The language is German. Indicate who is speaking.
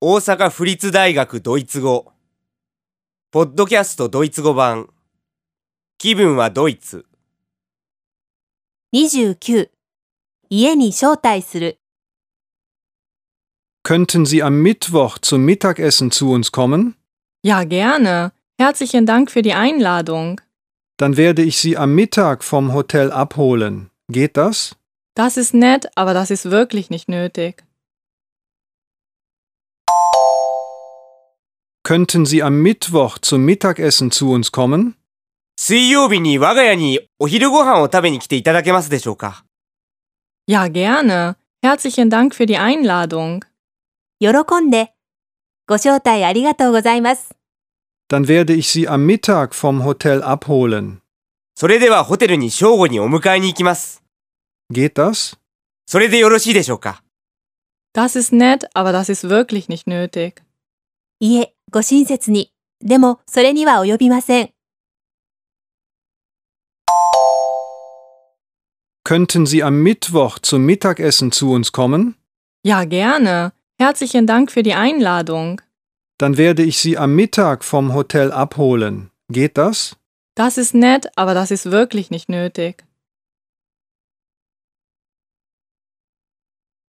Speaker 1: 大阪府立大学ドイツ語ポッドキャストドイツ語版気分はドイツ
Speaker 2: 29家に招待する
Speaker 3: Könnten Sie am Mittwoch zum Mittagessen zu uns kommen?
Speaker 4: Ja, gerne. Herzlichen Dank für die Einladung.
Speaker 3: Dann werde ich Sie am Mittag vom Hotel abholen. Geht das?
Speaker 4: Das ist nett, aber das ist wirklich nicht nötig.
Speaker 3: Könnten Sie am Mittwoch zum Mittagessen zu uns kommen?
Speaker 1: 水曜日に我が家にお昼ご飯を食べに来ていただけますでしょうか
Speaker 4: Ja, gerne. Herzlichen Dank für die Einladung.
Speaker 2: 喜んでご招待ありがとうございます
Speaker 3: Dann werde ich Sie am Mittag vom Hotel abholen.
Speaker 1: それではホテルに正午にお迎えに行きます
Speaker 3: Geht das?
Speaker 1: それでよろしいでしょうか
Speaker 4: Das ist nett, aber das ist wirklich nicht nötig.
Speaker 2: いえご親切にでもそれには及びません
Speaker 3: Könnten Sie am Mittwoch zum Mittagessen zu uns kommen?
Speaker 4: Ja, gerne. Herzlichen Dank für die Einladung.
Speaker 3: Dann werde ich Sie am Mittag vom Hotel abholen. Geht das?
Speaker 4: Das ist nett, aber das ist wirklich nicht nötig.